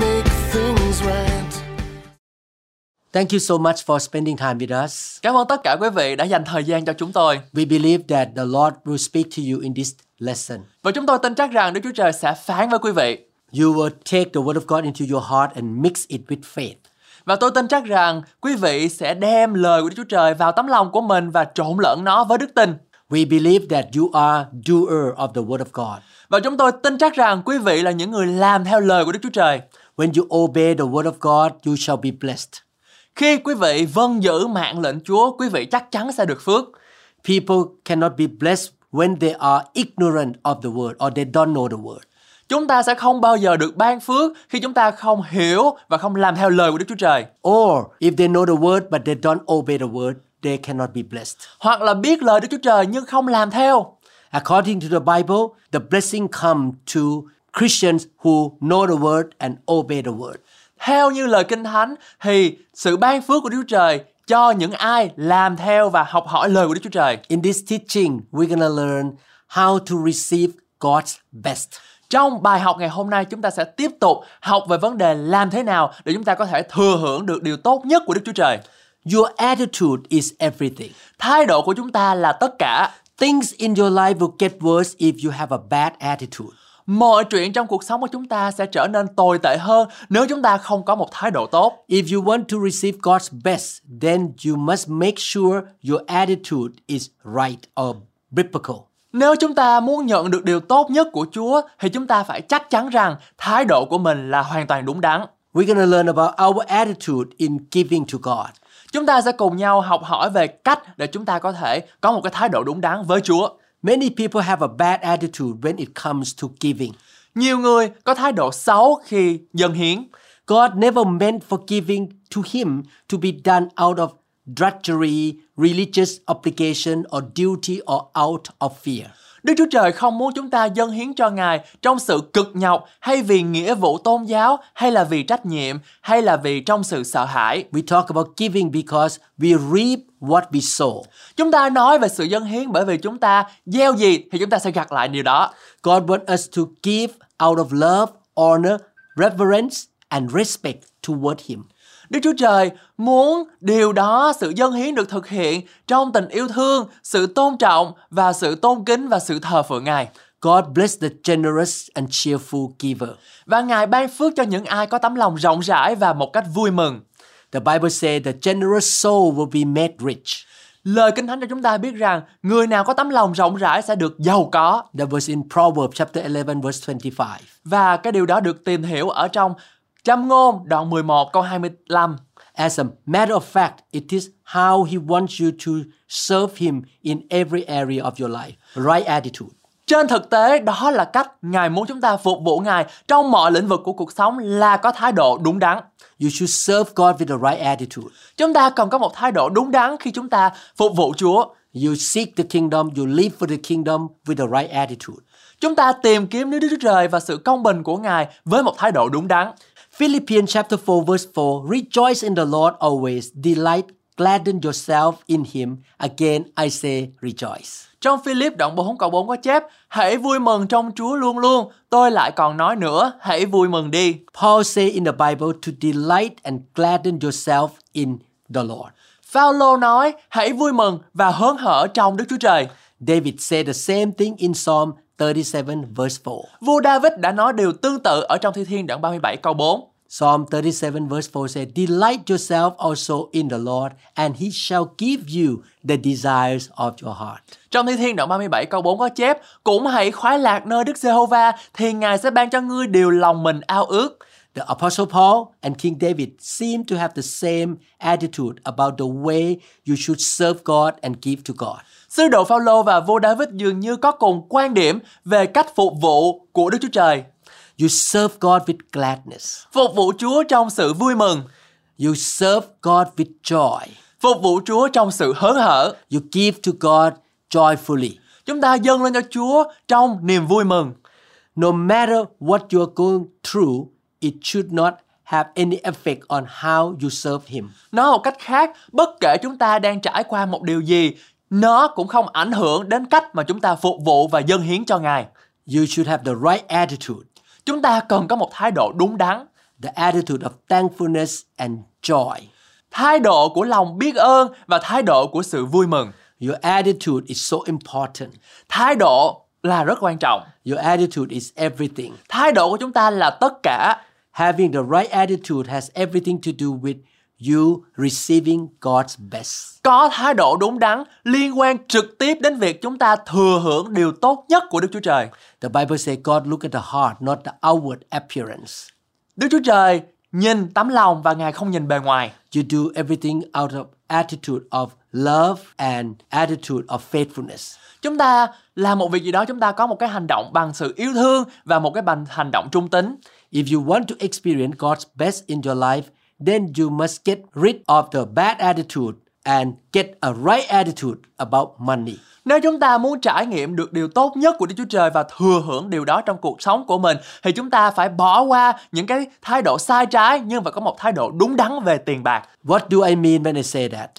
make things right. Thank you so much for spending time with us. Cảm ơn tất cả quý vị đã dành thời gian cho chúng tôi. We believe that the Lord will speak to you in this lesson. Và chúng tôi tin chắc rằng Đức Chúa Trời sẽ phán với quý vị. You will take the Word of God into your heart and mix it with faith. Và tôi tin chắc rằng quý vị sẽ đem lời của Đức Chúa Trời vào tấm lòng của mình và trộn lẫn nó với đức tin. We believe that you are doer of the Word of God. Và chúng tôi tin chắc rằng quý vị là những người làm theo lời của Đức Chúa Trời. When you obey the Word of God, you shall be blessed. Khi quý vị vâng giữ mạng lệnh Chúa, quý vị chắc chắn sẽ được phước. People cannot be blessed when they are ignorant of the Word or they don't know the Word. Chúng ta sẽ không bao giờ được ban phước khi chúng ta không hiểu và không làm theo lời của Đức Chúa Trời. Or if they know the Word but they don't obey the Word, they cannot be blessed. Hoặc là biết lời Đức Chúa Trời nhưng không làm theo. According to the Bible, the blessing comes to Christians who know the Word and obey the Word. Theo như lời Kinh Thánh thì sự ban phước của Đức Chúa Trời cho những ai làm theo và học hỏi lời của Đức Chúa Trời. In this teaching, we're going to learn how to receive God's best. Trong bài học ngày hôm nay chúng ta sẽ tiếp tục học về vấn đề làm thế nào để chúng ta có thể thừa hưởng được điều tốt nhất của Đức Chúa Trời. Your attitude is everything. Thái độ của chúng ta là tất cả. Things in your life will get worse if you have a bad attitude. Mọi chuyện trong cuộc sống của chúng ta sẽ trở nên tồi tệ hơn nếu chúng ta không có một thái độ tốt. If you want to receive God's best, then you must make sure your attitude is right or biblical. Nếu chúng ta muốn nhận được điều tốt nhất của Chúa thì chúng ta phải chắc chắn rằng thái độ của mình là hoàn toàn đúng đắn. We're going to learn about our attitude in giving to God. Chúng ta sẽ cùng nhau học hỏi về cách để chúng ta có thể có một cái thái độ đúng đắn với Chúa. Many people have a bad attitude when it comes to giving. Nhiều người có thái độ xấu khi dâng hiến. God never meant for giving to Him to be done out of drudgery, religious obligation, or duty, or out of fear. Đức Chúa Trời không muốn chúng ta dâng hiến cho Ngài trong sự cực nhọc hay vì nghĩa vụ tôn giáo hay là vì trách nhiệm hay là vì trong sự sợ hãi. We talk about giving because we reap what we sow. Chúng ta nói về sự dâng hiến bởi vì chúng ta gieo gì thì chúng ta sẽ gặt lại điều đó. God wants us to give out of love, honor, reverence, and respect toward Him. Đức Chúa Trời muốn điều đó sự dâng hiến được thực hiện trong tình yêu thương, sự tôn trọng và sự tôn kính và sự thờ phượng Ngài. God bless the generous and cheerful giver. Và Ngài ban phước cho những ai có tấm lòng rộng rãi và một cách vui mừng. The Bible says the generous soul will be made rich. Lời Kinh Thánh cho chúng ta biết rằng người nào có tấm lòng rộng rãi sẽ được giàu có That was in Proverbs chapter 11 verse 25. và cái điều đó được tìm hiểu ở trong Châm ngôn đoạn 11 câu 25. As a matter of fact, it is how He wants you to serve Him in every area of your life. Right attitude. Trên thực tế, đó là cách Ngài muốn chúng ta phục vụ Ngài trong mọi lĩnh vực của cuộc sống là có thái độ đúng đắn. You should serve God with the right attitude. Chúng ta cần có một thái độ đúng đắn khi chúng ta phục vụ Chúa. You seek the kingdom, you live for the kingdom with the right attitude. Chúng ta tìm kiếm Đức Chúa Trời và sự công bình của Ngài với một thái độ đúng đắn. Philippians chapter 4 verse 4 Rejoice in the Lord always, delight, gladden yourself in Him. Again, I say rejoice. Trong Philip đoạn 4 câu 4 có chép Hãy vui mừng trong Chúa luôn luôn, tôi lại còn nói nữa, hãy vui mừng đi. Paul say in the Bible to delight and gladden yourself in the Lord. Phaolô nói, hãy vui mừng và hớn hở trong Đức Chúa Trời. David said the same thing in Psalm 37 verse 4. Vua David đã nói điều tương tự ở trong Thi Thiên đoạn 37 câu 4. Psalm 37 verse 4 said, Delight yourself also in the Lord, and he shall give you the desires of your heart. Trong Thi Thiên đoạn 37 câu 4 có chép, cũng hãy khoái lạc nơi Đức Giê-hô-va thì Ngài sẽ ban cho ngươi điều lòng mình ao ước. The Apostle Paul and King David seem to have the same attitude about the way you should serve God and give to God. Sứ đồ Phaolô và vua David dường như có cùng quan điểm về cách phục vụ của Đức Chúa Trời. You serve God with gladness. Phục vụ Chúa trong sự vui mừng, You serve God with joy. phục vụ Chúa trong sự hớn hở. You give to God joyfully. Chúng ta dâng lên cho Chúa trong niềm vui mừng. No matter what you are going through, it should not have any effect on how you serve Him. Nói một cách khác, bất kể chúng ta đang trải qua một điều gì, nó cũng không ảnh hưởng đến cách mà chúng ta phục vụ và dâng hiến cho Ngài. You should have the right attitude Chúng ta cần có một thái độ đúng đắn, the attitude of thankfulness and joy. thái độ của lòng biết ơn và thái độ của sự vui mừng. Your attitude is so important. Thái độ là rất quan trọng. Your attitude is everything. Thái độ của chúng ta là tất cả. Having the right attitude has everything to do with you receiving God's best. Có thái độ đúng đắn liên quan trực tiếp đến việc chúng ta thừa hưởng điều tốt nhất của Đức Chúa Trời. The Bible says God look at the heart, not the outward appearance. Đức Chúa Trời nhìn tấm lòng và Ngài không nhìn bề ngoài. You do everything out of attitude of love and attitude of faithfulness. Chúng ta làm một việc gì đó chúng ta có một cái hành động bằng sự yêu thương và một cái bằng hành động trung tính. If you want to experience God's best in your life, then you must get rid of the bad attitude and get a right attitude about money. Nếu chúng ta muốn trải nghiệm được điều tốt nhất của Đức Chúa Trời và thừa hưởng điều đó trong cuộc sống của mình thì chúng ta phải bỏ qua những cái thái độ sai trái nhưng phải có một thái độ đúng đắn về tiền bạc. What do I mean when I say that?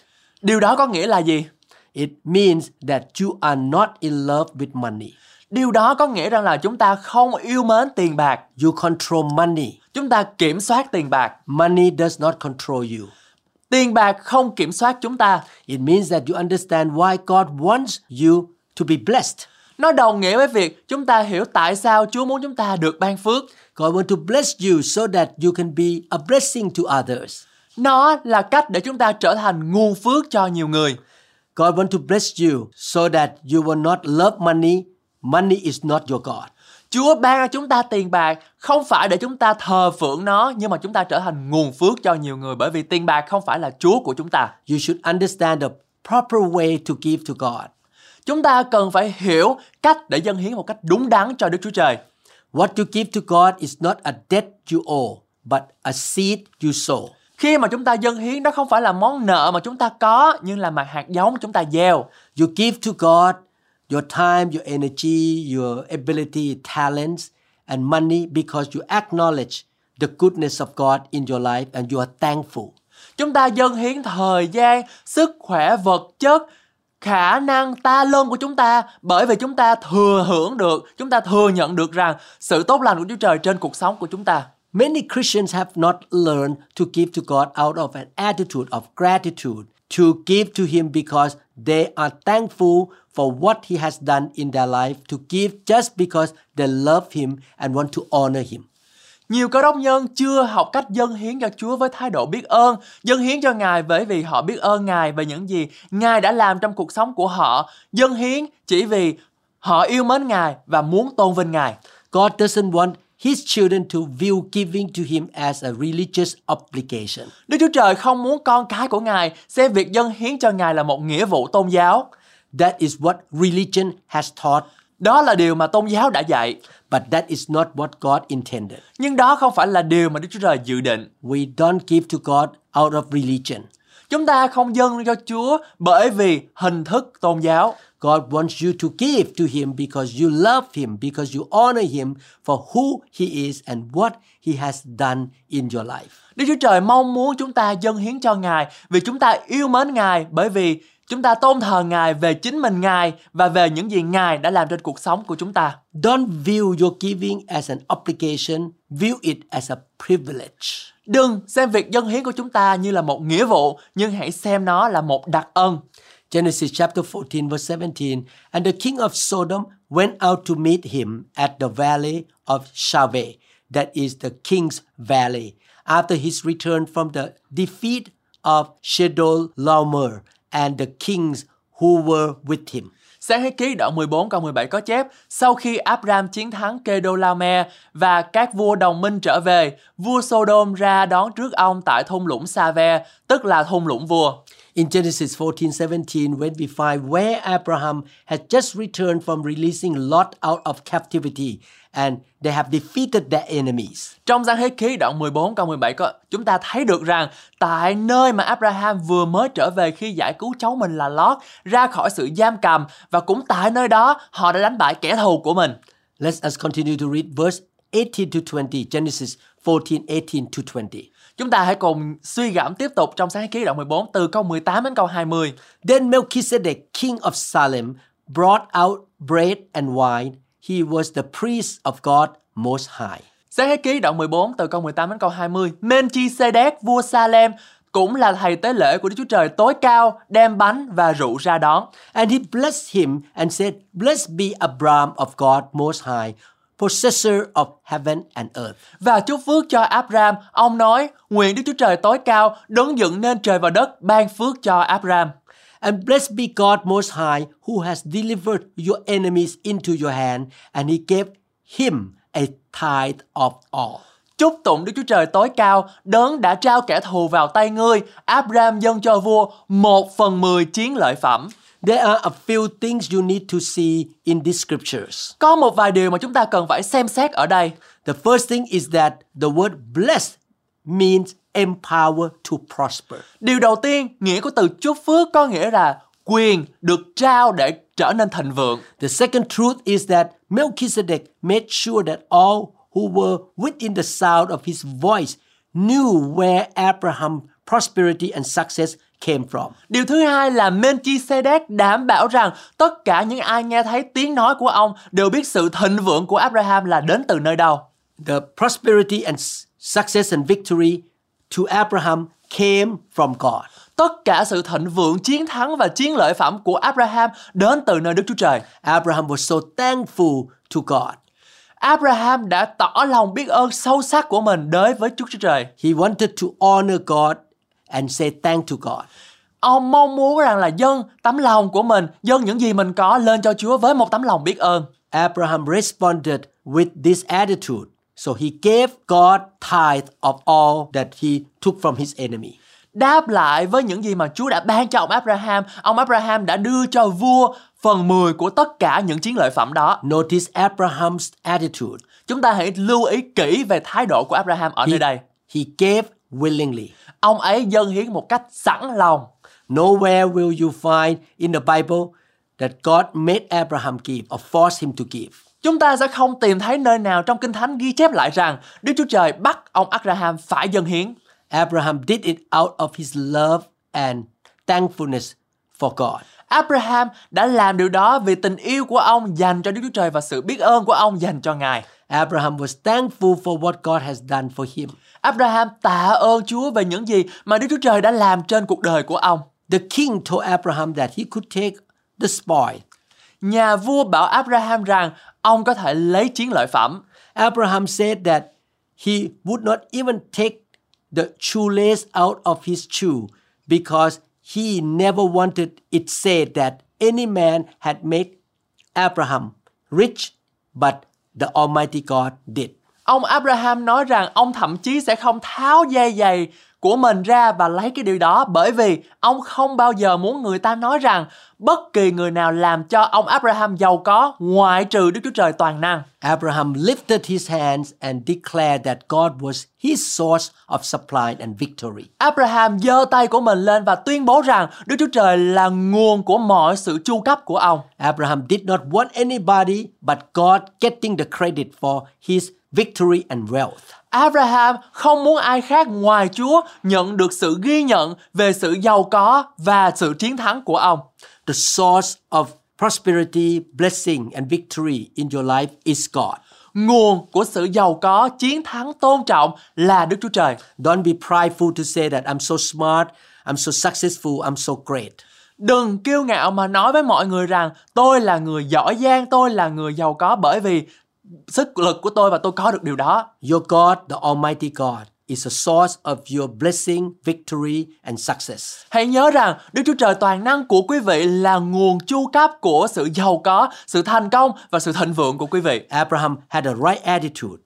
Điều đó có nghĩa là gì? It means that you are not in love with money. Điều đó có nghĩa rằng là chúng ta không yêu mến tiền bạc, You control money. chúng ta kiểm soát tiền bạc. Money does not control you. Tiền bạc không kiểm soát chúng ta. It means that you understand why God wants you to be blessed. Nó đồng nghĩa với việc chúng ta hiểu tại sao Chúa muốn chúng ta được ban phước. God wants to bless you so that you can be a blessing to others. Nó là cách để chúng ta trở thành nguồn phước cho nhiều người. God wants to bless you so that you will not love money. Money is not your God. Chúa ban cho chúng ta tiền bạc không phải để chúng ta thờ phượng nó nhưng mà chúng ta trở thành nguồn phước cho nhiều người bởi vì tiền bạc không phải là Chúa của chúng ta. You should understand the proper way to give to God. Chúng ta cần phải hiểu cách để dâng hiến một cách đúng đắn cho Đức Chúa Trời. What you give to God is not a debt you owe, but a seed you sow. Khi mà chúng ta dâng hiến đó không phải là món nợ mà chúng ta có nhưng là mặt hạt giống chúng ta gieo. You give to God your time, your energy, your ability, talents, and money because you acknowledge the goodness of God in your life and you are thankful. Chúng ta dâng hiến thời gian, sức khỏe vật chất, khả năng ta lân của chúng ta bởi vì chúng ta thừa hưởng được, chúng ta thừa nhận được rằng sự tốt lành của Chúa Trời trên cuộc sống của chúng ta. Many Christians have not learned to give to God out of an attitude of gratitude, to give to Him because they are thankful for what He has done in their life, to give just because they love Him and want to honor Him. Nhiều cơ đốc nhân chưa học cách dâng hiến cho Chúa với thái độ biết ơn, dâng hiến cho Ngài bởi vì họ biết ơn Ngài về những gì Ngài đã làm trong cuộc sống của họ, dâng hiến chỉ vì họ yêu mến Ngài và muốn tôn vinh Ngài. God doesn't want His children to view giving to Him as a religious obligation. Đức Chúa Trời không muốn con cái của Ngài xem việc dâng hiến cho Ngài là một nghĩa vụ tôn giáo. That is what religion has taught, Đó là điều mà tôn giáo đã dạy, but that is not what God intended. nhưng đó không phải là điều mà Đức Chúa Trời dự định. We don't give to God out of religion. Chúng ta không dâng cho Chúa bởi vì hình thức tôn giáo. God wants you to give to Him because you love Him, because you honor Him for who He is and what He has done in your life. Đức Chúa Trời mong muốn chúng ta dâng hiến cho Ngài vì chúng ta yêu mến Ngài bởi vì chúng ta tôn thờ Ngài về chính mình Ngài và về những gì Ngài đã làm trên cuộc sống của chúng ta. Don't view your giving as an obligation, view it as a privilege. Đừng xem việc dâng hiến của chúng ta như là một nghĩa vụ, nhưng hãy xem nó là một đặc ân. Um, Genesis chapter 14, verse 17 And the king of Sodom went out to meet him at the valley of Shaveh, that is the king's valley, after his return from the defeat of Chedorlaomer and the kings who were with him. Sáng thế ký đoạn 14 câu 17 có chép, sau khi Abram chiến thắng Kedolame và các vua đồng minh trở về, vua Sodom ra đón trước ông tại thung lũng Save, tức là thung lũng vua. In Genesis 14 17, when we find where Abraham had just returned from releasing Lot out of captivity and they have defeated their enemies. Trong sáng thế ký đoạn 14 câu 17 có chúng ta thấy được rằng tại nơi mà Abraham vừa mới trở về khi giải cứu cháu mình là Lot ra khỏi sự giam cầm và cũng tại nơi đó họ đã đánh bại kẻ thù của mình. Let us continue to read verse 18 to 20, Genesis 14 18 to 20. Chúng ta hãy cùng suy gẫm tiếp tục trong sáng thế ký đoạn 14 từ câu 18 đến câu 20. Then Melchizedek, king of Salem, brought out bread and wine. He was the priest of God Most High. Sáng thế ký đoạn 14 từ câu 18 đến câu 20 Melchizedek vua Salem cũng là thầy tế lễ của Đức Chúa Trời tối cao đem bánh và rượu ra đón And he blessed him and said, Blessed be Abram of God Most High, possessor of heaven and earth. Ừ. và chúc phước cho Abram. Ông nói, nguyện Đức Chúa Trời tối cao đứng dựng nên trời và đất ban phước cho Abram. And blessed be God Most High, who has delivered your enemies into your hand, and he gave him a tithe of all. Chúc tụng Đức Chúa Trời tối cao, đấng đã trao kẻ thù vào tay ngươi. Abram dâng cho vua một phần mười chiến lợi phẩm. There are a few things you need to see in these scriptures. Có một vài điều mà chúng ta cần phải xem xét ở đây. The first thing is that the word blessed means empower to prosper. Điều đầu tiên, nghĩa của từ chúc phước có nghĩa là quyền được trao để trở nên thịnh vượng. The second truth is that Melchizedek made sure that all who were within the sound of his voice knew where Abraham's prosperity and success came from. Điều thứ hai là Melchizedek đảm bảo rằng tất cả những ai nghe thấy tiếng nói của ông đều biết sự thịnh vượng của Abraham là đến từ nơi đâu. The prosperity and s- success and victory to Abraham came from God. Tất cả sự thịnh vượng, chiến thắng và chiến lợi phẩm của Abraham đến từ nơi Đức Chúa Trời. Abraham was so thankful to God. Abraham đã tỏ lòng biết ơn sâu sắc của mình đối với Đức Chúa Trời. He wanted to honor God and say thank to God. Ông mong muốn rằng là dâng tấm lòng của mình, dâng những gì mình có lên cho Chúa với một tấm lòng biết ơn. Abraham responded with this attitude. So he gave God tithe of all that he took from his enemy. đáp lại với những gì mà Chúa đã ban cho ông Abraham. Ông Abraham đã đưa cho vua phần 10 của tất cả những chiến lợi phẩm đó. Notice Abraham's attitude. Chúng ta hãy lưu ý kỹ về thái độ của Abraham ở He, nơi đây. he gave willingly. Ông ấy dâng hiến một cách sẵn lòng. Nowhere will you find in the Bible that God made Abraham give or forced him to give. Chúng ta sẽ không tìm thấy nơi nào trong Kinh Thánh ghi chép lại rằng Đức Chúa Trời bắt ông Abraham phải dâng hiến. Abraham did it out of his love and thankfulness for God. Abraham đã làm điều đó vì tình yêu của ông dành cho Đức Chúa Trời và sự biết ơn của ông dành cho Ngài. Abraham was thankful for what God has done for him. Abraham tạ ơn Chúa về những gì mà Đức Chúa Trời đã làm trên cuộc đời của ông. The king told Abraham that he could take the spoil. Nhà vua bảo Abraham rằng ông có thể lấy chiến lợi phẩm. Abraham said that he would not even take the shoelace out of his shoe because he never wanted it said that any man had made Abraham rich, but the Almighty God did. Ông Abraham nói rằng ông thậm chí sẽ không tháo dây giày của mình ra và lấy cái điều đó bởi vì ông không bao giờ muốn người ta nói rằng bất kỳ người nào làm cho ông Abraham giàu có ngoại trừ Đức Chúa Trời toàn năng. Abraham lifted his hands and declared that God was his source of supply and victory. Abraham giơ tay của mình lên và tuyên bố rằng Đức Chúa Trời là nguồn của mọi sự chu cấp của ông. Abraham did not want anybody but God getting the credit for his victory and wealth. Abraham không muốn ai khác ngoài Chúa nhận được sự ghi nhận về sự giàu có và sự chiến thắng của ông. The source of prosperity, blessing, and victory in your life is God. Nguồn của sự giàu có, chiến thắng tôn trọng là Đức Chúa Trời. Don't be prideful to say that I'm so smart, I'm so successful, I'm so great. Đừng kiêu ngạo mà nói với mọi người rằng tôi là người giỏi giang, tôi là người giàu có bởi vì sức lực của tôi và tôi có được điều đó. Your God, the Almighty God, is a source of your blessing, victory, and success. Hãy nhớ rằng Đức Chúa Trời toàn năng của quý vị là nguồn chu cấp của sự giàu có, sự thành công và sự thịnh vượng của quý vị. Abraham had a right attitude.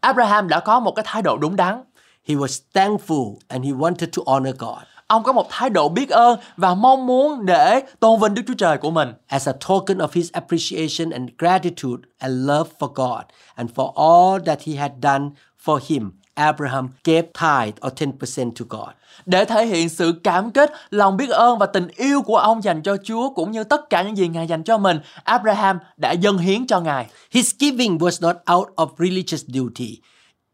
Abraham đã có một cái thái độ đúng đắn. He was thankful and he wanted to honor God. Ông có một thái độ biết ơn và mong muốn để tôn vinh Đức Chúa Trời của mình. as a token of his appreciation and gratitude and love for God and for all that he had done for him. Abraham gave tithe or 10% to God. Để thể hiện sự cảm kích, lòng biết ơn và tình yêu của ông dành cho Chúa cũng như tất cả những gì Ngài dành cho mình, Abraham đã dâng hiến cho Ngài. His giving was not out of religious duty,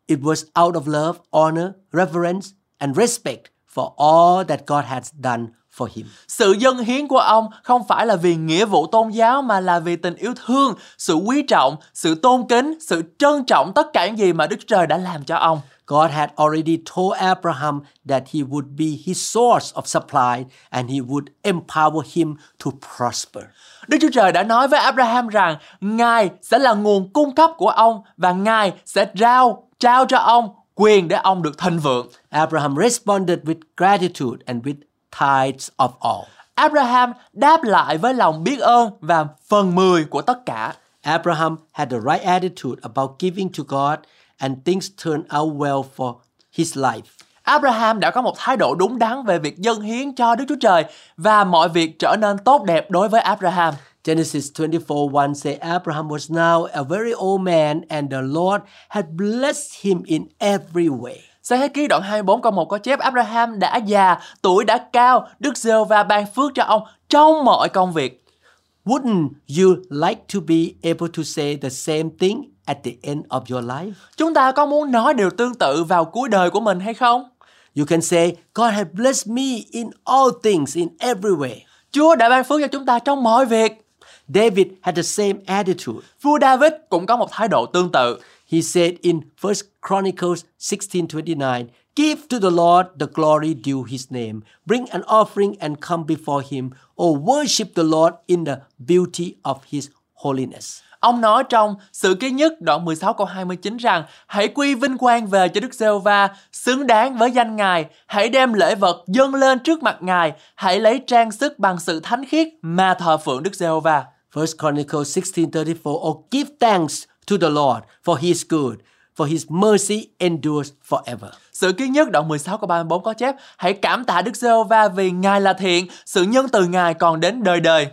it was out of love, honor, reverence, and respect for all that God had done for him. Sự dâng hiến của ông không phải là vì nghĩa vụ tôn giáo mà là vì tình yêu thương, sự quý trọng, sự tôn kính, sự trân trọng tất cả những gì mà Đức Chúa Trời đã làm cho ông. God had already told Abraham that he would be his source of supply and he would empower him to prosper. Đức Chúa Trời đã nói với Abraham rằng Ngài sẽ là nguồn cung cấp của ông và Ngài sẽ trao trao cho ông quyền để ông được thịnh vượng. Abraham responded with gratitude and with tithes of all. Abraham đáp lại với lòng biết ơn và phần 10 của tất cả. Abraham had the right attitude about giving to God, and things turned out well for his life. Abraham đã có một thái độ đúng đắn về việc dâng hiến cho Đức Chúa Trời và mọi việc trở nên tốt đẹp đối với Abraham. Genesis 24 1 says, Abraham was now a very old man, and the Lord had blessed him in every way. Sáng thế ký đoạn 24 câu 1 có chép Abraham đã già, tuổi đã cao, Đức giê va ban phước cho ông trong mọi công việc. Wouldn't you like to be able to say the same thing at the end of your life? Chúng ta có muốn nói điều tương tự vào cuối đời của mình hay không? You can say, God had blessed me in all things, in every way. Chúa đã ban phước cho chúng ta trong mọi việc. David had the same attitude. Vua David cũng có một thái độ tương tự. He said in 1 Chronicles 16:29, "Give to the Lord the glory due his name. Bring an offering and come before him, or worship the Lord in the beauty of his holiness." Ông nói trong sự ký nhất đoạn 16 câu 29 rằng Hãy quy vinh quang về cho Đức giê va xứng đáng với danh Ngài. Hãy đem lễ vật dâng lên trước mặt Ngài. Hãy lấy trang sức bằng sự thánh khiết mà thờ phượng Đức giê va 1 Chronicles 16:34, "Or give thanks to the Lord for his good, for his mercy endures forever." Sự ký nhất đoạn 16 câu 34 có chép Hãy cảm tạ Đức giê va vì Ngài là thiện, sự nhân từ Ngài còn đến đời đời.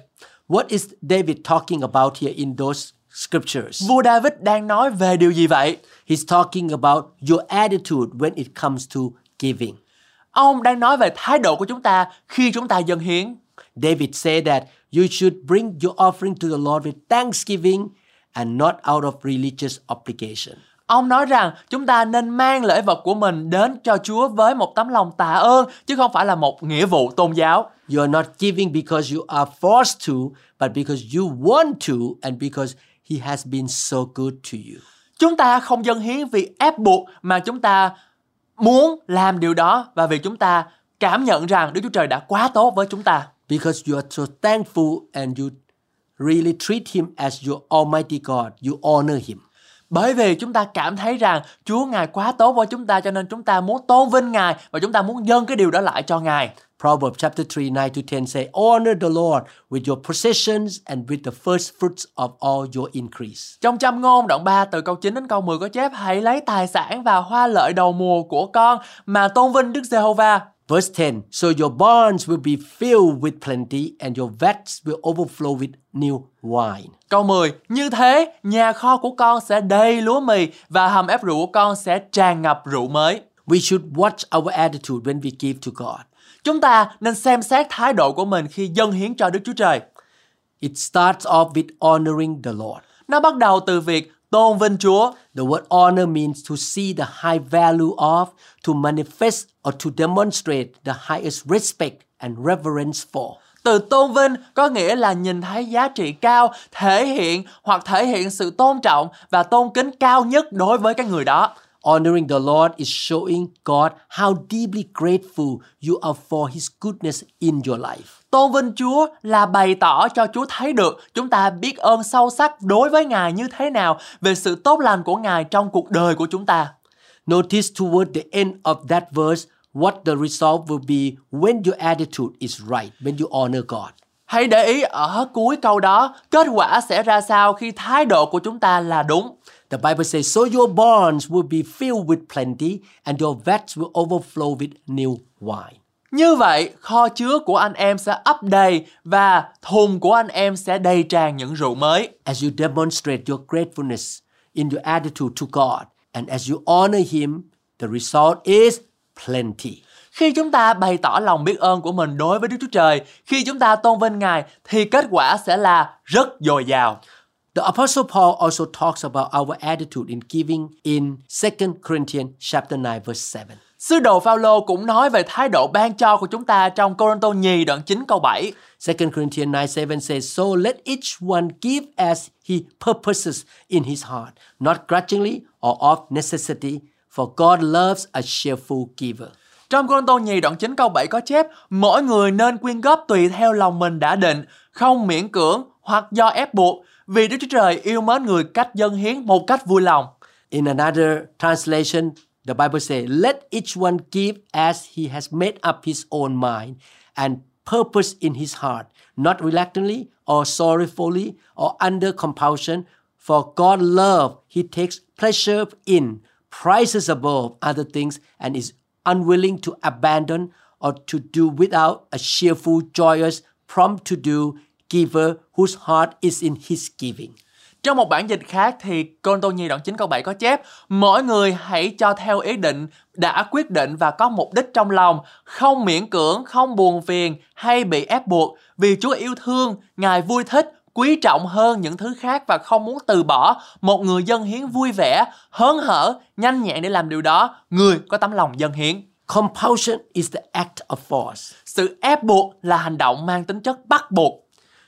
What is David talking about here in those scriptures? Vua David đang nói về điều gì vậy? He's talking about your attitude when it comes to giving. Ông đang nói về thái độ của chúng ta khi chúng ta dâng hiến. David said that you should bring your offering to the Lord with thanksgiving and not out of religious obligation. Ông nói rằng chúng ta nên mang lễ vật của mình đến cho Chúa với một tấm lòng tạ ơn chứ không phải là một nghĩa vụ tôn giáo. You are not giving because you are forced to, but because you want to and because He has been so good to you. Chúng ta không dâng hiến vì ép buộc mà chúng ta muốn làm điều đó và vì chúng ta cảm nhận rằng Đức Chúa Trời đã quá tốt với chúng ta. Because you are so thankful and you really treat Him as your Almighty God, you honor Him. Bởi vì chúng ta cảm thấy rằng Chúa Ngài quá tốt với chúng ta cho nên chúng ta muốn tôn vinh Ngài và chúng ta muốn dâng cái điều đó lại cho Ngài. Proverbs chapter 3, 9 to 10 say, Honor the Lord with your possessions and with the first fruits of all your increase. Trong châm ngôn đoạn 3 từ câu 9 đến câu 10 có chép Hãy lấy tài sản và hoa lợi đầu mùa của con mà tôn vinh Đức Giê-hô-va. Verse 10 So your barns will be filled with plenty, and your vats will overflow with new wine. Câu 10 Như thế, nhà kho của con sẽ đầy lúa mì và hầm ép rượu của con sẽ tràn ngập rượu mới. We should watch our attitude when we give to God. Chúng ta nên xem xét thái độ của mình khi dâng hiến cho Đức Chúa Trời. It starts off with honoring the Lord. Nó bắt đầu từ việc tôn vinh Chúa. The word honor means to see the high value of, to manifest or to demonstrate the highest respect and reverence for. Từ tôn vinh có nghĩa là nhìn thấy giá trị cao, thể hiện hoặc thể hiện sự tôn trọng và tôn kính cao nhất đối với cái người đó. Honoring the Lord is showing God how deeply grateful you are for His goodness in your life. Tôn vinh Chúa là bày tỏ cho Chúa thấy được chúng ta biết ơn sâu sắc đối với Ngài như thế nào về sự tốt lành của Ngài trong cuộc đời của chúng ta. Notice toward the end of that verse what the result will be when your attitude is right, when you honor God. Hãy để ý ở cuối câu đó, kết quả sẽ ra sao khi thái độ của chúng ta là đúng. The Bible says, So your barns will be filled with plenty, and your vats will overflow with new wine. Như vậy, kho chứa của anh em sẽ ấp đầy và thùng của anh em sẽ đầy tràn những rượu mới. As you demonstrate your gratefulness in your attitude to God and as you honor Him, the result is plenty. Khi chúng ta bày tỏ lòng biết ơn của mình đối với Đức Chúa Trời, khi chúng ta tôn vinh Ngài thì kết quả sẽ là rất dồi dào. The Apostle Paul also talks about our attitude in giving in 2 Corinthians chapter 9 verse 7. Sứ đồ Phaolô cũng nói về thái độ ban cho của chúng ta trong Cô-rinh-tô nhì đoạn 9 câu 7. 2 Corinthians 9 7 says, So let each one give as he purposes in his heart, not grudgingly or of necessity, for God loves a cheerful giver. Trong Cô-rinh-tô nhì đoạn 9 câu 7 có chép, mỗi người nên quyên góp tùy theo lòng mình đã định, không miễn cưỡng hoặc do ép buộc, vì Đức Chúa Trời yêu mến người cách dân hiến một cách vui lòng. In another translation, the Bible says, Let each one give as he has made up his own mind and purpose in his heart, not reluctantly or sorrowfully or under compulsion, for God love he takes pleasure in, prizes above other things, and is unwilling to abandon or to do without a cheerful, joyous, prompt to do giver whose heart is in his giving. Trong một bản dịch khác thì Côn Tô Nhi đoạn 9 câu 7 có chép Mỗi người hãy cho theo ý định, đã quyết định và có mục đích trong lòng, không miễn cưỡng, không buồn phiền hay bị ép buộc vì Chúa yêu thương, Ngài vui thích, quý trọng hơn những thứ khác và không muốn từ bỏ một người dân hiến vui vẻ, hớn hở, nhanh nhẹn để làm điều đó, người có tấm lòng dân hiến. Compulsion is the act of force. Sự ép buộc là hành động mang tính chất bắt buộc.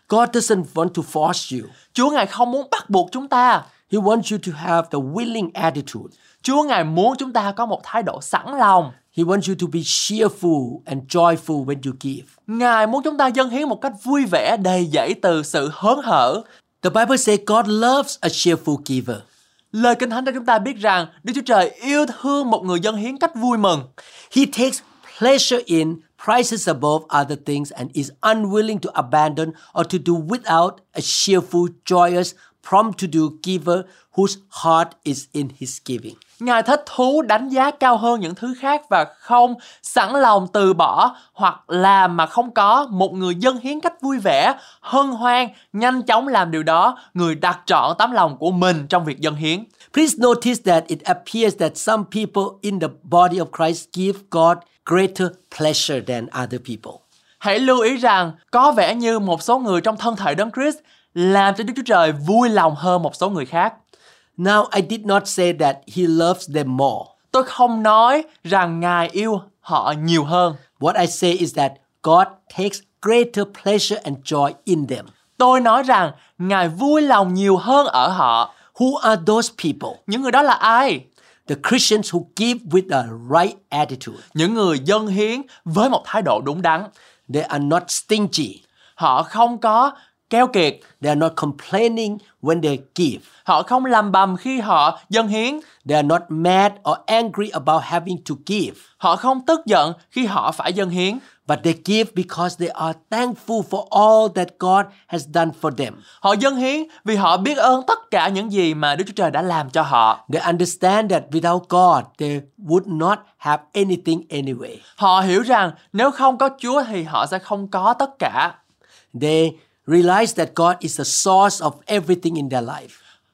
God doesn't want to force you. Chúa Ngài không muốn bắt buộc chúng ta. He wants you to have the willing attitude. Chúa Ngài muốn chúng ta có một thái độ sẵn lòng. He wants you to be cheerful and joyful when you give. Ngài muốn chúng ta dâng hiến một cách vui vẻ đầy dẫy từ sự hớn hở. The Bible says God loves a cheerful giver. Lời Kinh Thánh cho chúng ta biết rằng Đức Chúa Trời yêu thương một người dân hiến cách vui mừng. He takes pleasure in prizes above other things and is unwilling to abandon or to do without a cheerful, joyous, prompt to do giver whose heart is in his giving. Ngài thích thú đánh giá cao hơn những thứ khác và không sẵn lòng từ bỏ hoặc làm mà không có một người dân hiến cách vui vẻ, hân hoan, nhanh chóng làm điều đó, người đặt trọn tấm lòng của mình trong việc dân hiến. Please notice that it appears that some people in the body of Christ give God greater pleasure than other people. Hãy lưu ý rằng có vẻ như một số người trong thân thể Đấng Christ làm cho Đức Chúa Trời vui lòng hơn một số người khác. Now, I did not say that he loves them more. Tôi không nói rằng Ngài yêu họ nhiều hơn. What I say is that God takes greater pleasure and joy in them. Tôi nói rằng Ngài vui lòng nhiều hơn ở họ. Who are those people? Những người đó là ai? The Christians who give with a right attitude. Những người dân hiến với một thái độ đúng đắn. They are not stingy. Họ không có keo kiệt, They are not complaining when they give. họ không làm bầm khi họ dân hiến, They are not mad or angry about having to give, họ không tức giận khi họ phải dân hiến, but they give because they are thankful for all that God has done for them. họ dân hiến vì họ biết ơn tất cả những gì mà Đức Chúa Trời đã làm cho họ. They understand that without God, they would not have anything anyway. Họ hiểu rằng nếu không có Chúa thì họ sẽ không có tất cả. They realize that God is the source of everything in their life.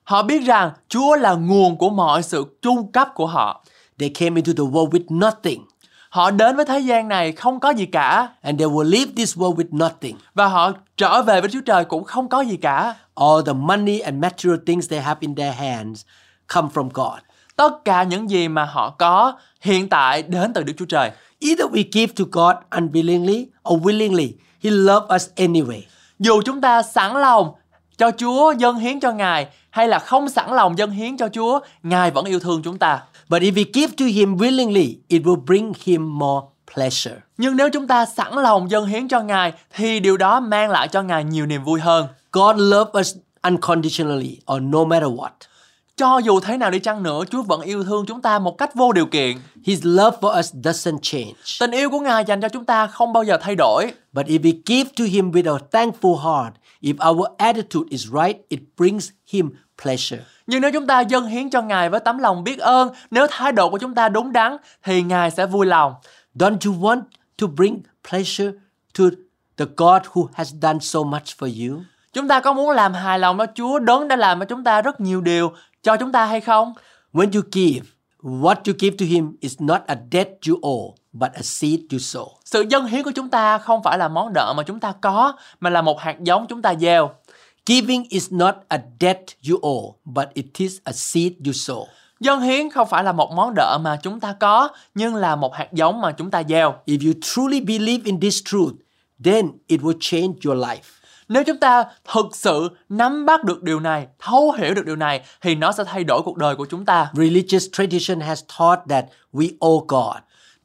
Họ biết rằng Chúa là nguồn của mọi sự trung cấp của họ. They came into the world with nothing, Họ đến với thế gian này không có gì cả and they will leave this world with nothing. và họ trở về với Chúa Trời cũng không có gì cả. All the money and material things they have in their hands come from God. Tất cả những gì mà họ có hiện tại đến từ Đức Chúa Trời. Either we give to God unwillingly or willingly, He loves us anyway. Dù chúng ta sẵn lòng cho Chúa dâng hiến cho Ngài hay là không sẵn lòng dâng hiến cho Chúa, Ngài vẫn yêu thương chúng ta. But if we give to Him willingly, it will bring Him more pleasure. Nhưng nếu chúng ta sẵn lòng dâng hiến cho Ngài thì điều đó mang lại cho Ngài nhiều niềm vui hơn. God loves us unconditionally or no matter what. Cho dù thế nào đi chăng nữa, Chúa vẫn yêu thương chúng ta một cách vô điều kiện. His love for us doesn't change. Tình yêu của Ngài dành cho chúng ta không bao giờ thay đổi. But if we give to Him with a thankful heart, if our attitude is right, it brings Him pleasure. Nhưng nếu chúng ta dâng hiến cho Ngài với tấm lòng biết ơn, nếu thái độ của chúng ta đúng đắn thì Ngài sẽ vui lòng. Don't you want to bring pleasure to the God who has done so much for you? Chúng ta có muốn làm hài lòng đó Chúa đấng đã làm cho chúng ta rất nhiều điều cho chúng ta hay không? When you give, what you give to Him is not a debt you owe, but a seed you sow. Sự dân hiến của chúng ta không phải là món nợ mà chúng ta có mà là một hạt giống chúng ta gieo. Giving is not a debt you owe, but it is a seed you sow. Dân hiến không phải là một món nợ mà chúng ta có nhưng là một hạt giống mà chúng ta gieo. If you truly believe in this truth, then it will change your life. Nếu chúng ta thực sự nắm bắt được điều này, thấu hiểu được điều này thì nó sẽ thay đổi cuộc đời của chúng ta. Religious tradition has taught that we owe God.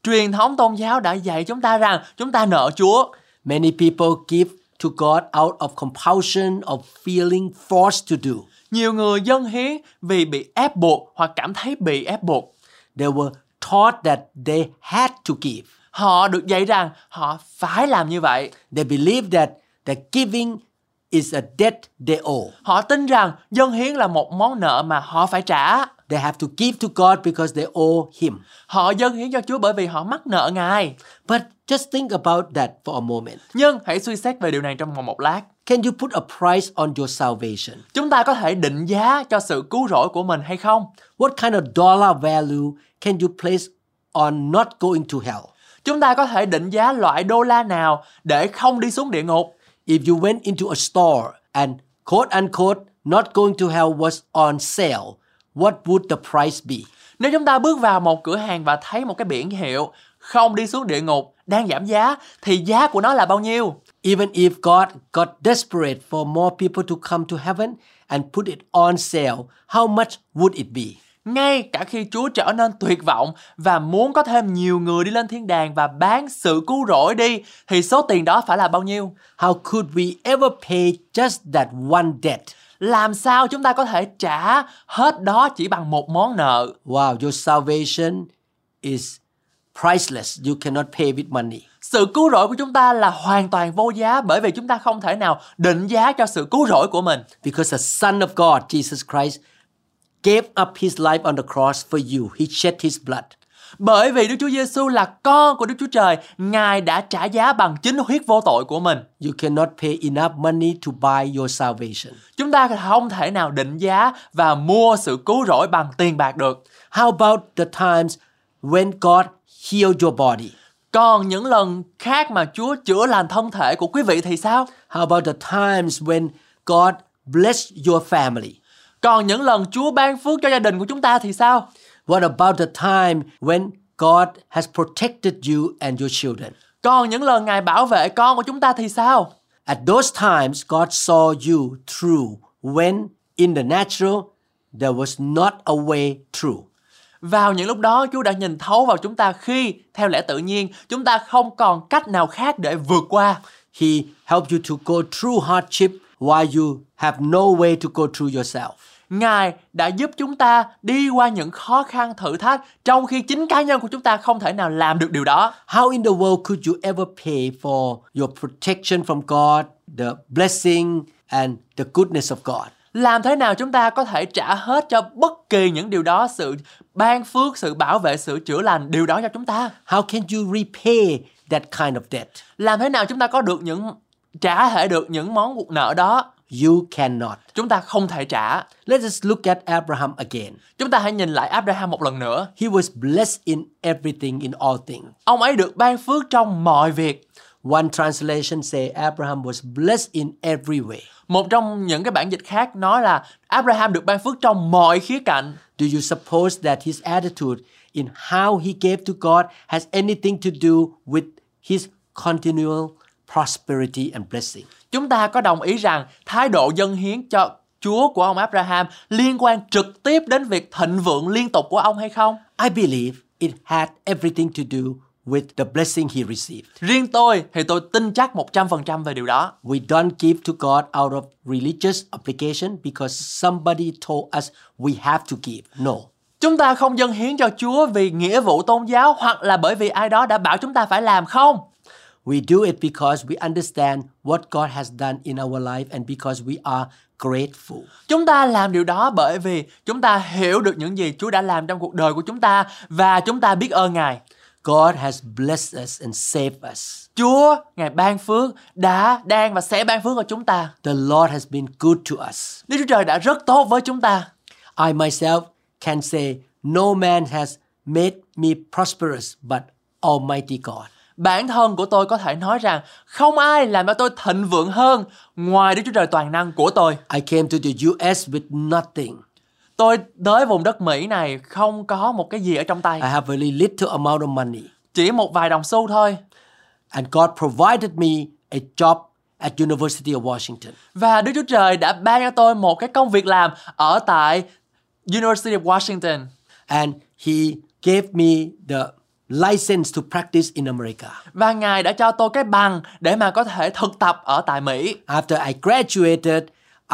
Truyền thống tôn giáo đã dạy chúng ta rằng chúng ta nợ Chúa. Many people give to God out of compulsion, of feeling forced to do. Nhiều người dân hiến vì bị ép buộc hoặc cảm thấy bị ép buộc. They were taught that they had to give. Họ được dạy rằng họ phải làm như vậy. They believe that the giving is a debt they owe. Họ tin rằng dân hiến là một món nợ mà họ phải trả. They have to give to God because they owe Him. Họ dân hiến cho Chúa bởi vì họ mắc nợ Ngài. But just think about that for a moment. Nhưng hãy suy xét về điều này trong một, một lát. Can you put a price on your salvation? Chúng ta có thể định giá cho sự cứu rỗi của mình hay không? What kind of dollar value can you place on not going to hell? Chúng ta có thể định giá loại đô la nào để không đi xuống địa ngục. If you went into a store and quote unquote not going to hell was on sale, what would the price be? Nếu chúng ta bước vào một cửa hàng và thấy một cái biển hiệu không đi xuống địa ngục đang giảm giá thì giá của nó là bao nhiêu? Even if God got desperate for more people to come to heaven and put it on sale, how much would it be? Ngay cả khi Chúa trở nên tuyệt vọng và muốn có thêm nhiều người đi lên thiên đàng và bán sự cứu rỗi đi thì số tiền đó phải là bao nhiêu? How could we ever pay just that one debt? Làm sao chúng ta có thể trả hết đó chỉ bằng một món nợ? Wow, your salvation is priceless. You cannot pay with money. Sự cứu rỗi của chúng ta là hoàn toàn vô giá bởi vì chúng ta không thể nào định giá cho sự cứu rỗi của mình. Because the Son of God, Jesus Christ, gave up his life on the cross for you. He shed his blood. Bởi vì Đức Chúa Giêsu là con của Đức Chúa Trời, Ngài đã trả giá bằng chính huyết vô tội của mình. You cannot pay enough money to buy your salvation. Chúng ta không thể nào định giá và mua sự cứu rỗi bằng tiền bạc được. How about the times when God healed your body? Còn những lần khác mà Chúa chữa lành thân thể của quý vị thì sao? How about the times when God blessed your family? Còn những lần Chúa ban phước cho gia đình của chúng ta thì sao? What about the time when God has protected you and your children? Còn những lần Ngài bảo vệ con của chúng ta thì sao? At those times, God saw you through when in the natural there was not a way through. Vào những lúc đó Chúa đã nhìn thấu vào chúng ta khi, theo lẽ tự nhiên, chúng ta không còn cách nào khác để vượt qua. He helped you to go through hardship while you have no way to go through yourself. Ngài đã giúp chúng ta đi qua những khó khăn thử thách trong khi chính cá nhân của chúng ta không thể nào làm được điều đó. How in the world could you ever pay for your protection from God, the blessing, and the goodness of God? Làm thế nào chúng ta có thể trả hết cho bất kỳ những điều đó sự ban phước, sự bảo vệ, sự chữa lành điều đó cho chúng ta? How can you repay that kind of debt? Làm thế nào chúng ta có được những trả hệ được những món cuộc nợ đó? You cannot. Chúng ta không thể trả. Let us look at Abraham again. Chúng ta hãy nhìn lại Abraham một lần nữa. He was blessed in everything, in all things. Ông ấy được ban phước trong mọi việc. One translation say Abraham was blessed in every way. Một trong những cái bản dịch khác nói là Abraham được ban phước trong mọi khía cạnh. Do you suppose that his attitude in how he gave to God has anything to do with his continual prosperity and blessing? Chúng ta có đồng ý rằng thái độ dân hiến cho Chúa của ông Abraham liên quan trực tiếp đến việc thịnh vượng liên tục của ông hay không? I believe it had everything to do with the blessing he received. Riêng tôi thì tôi tin chắc 100% về điều đó. We don't give to God out of religious obligation because somebody told us we have to give. No. Chúng ta không dâng hiến cho Chúa vì nghĩa vụ tôn giáo hoặc là bởi vì ai đó đã bảo chúng ta phải làm không? We do it because we understand what God has done in our life and because we are grateful. Chúng ta làm điều đó bởi vì chúng ta hiểu được những gì Chúa đã làm trong cuộc đời của chúng ta và chúng ta biết ơn Ngài. God has blessed us and saved us. Chúa Ngài ban phước đã đang và sẽ ban phước cho chúng ta. The Lord has been good to us. Đức Chúa Trời đã rất tốt với chúng ta. I myself can say, No man has made me prosperous but Almighty God. Bản thân của tôi có thể nói rằng không ai làm cho tôi thịnh vượng hơn ngoài Đức Chúa Trời toàn năng của tôi. I came to the US with nothing. Tôi tới vùng đất Mỹ này không có một cái gì ở trong tay, I have very little amount of money. chỉ một vài đồng xu thôi. And God provided me a job at University of Washington. Và Đức Chúa Trời đã ban cho tôi một cái công việc làm ở tại University of Washington. And He gave me the license to practice in America. Và Ngài đã cho tôi cái bằng để mà có thể thực tập ở tại Mỹ. After I graduated,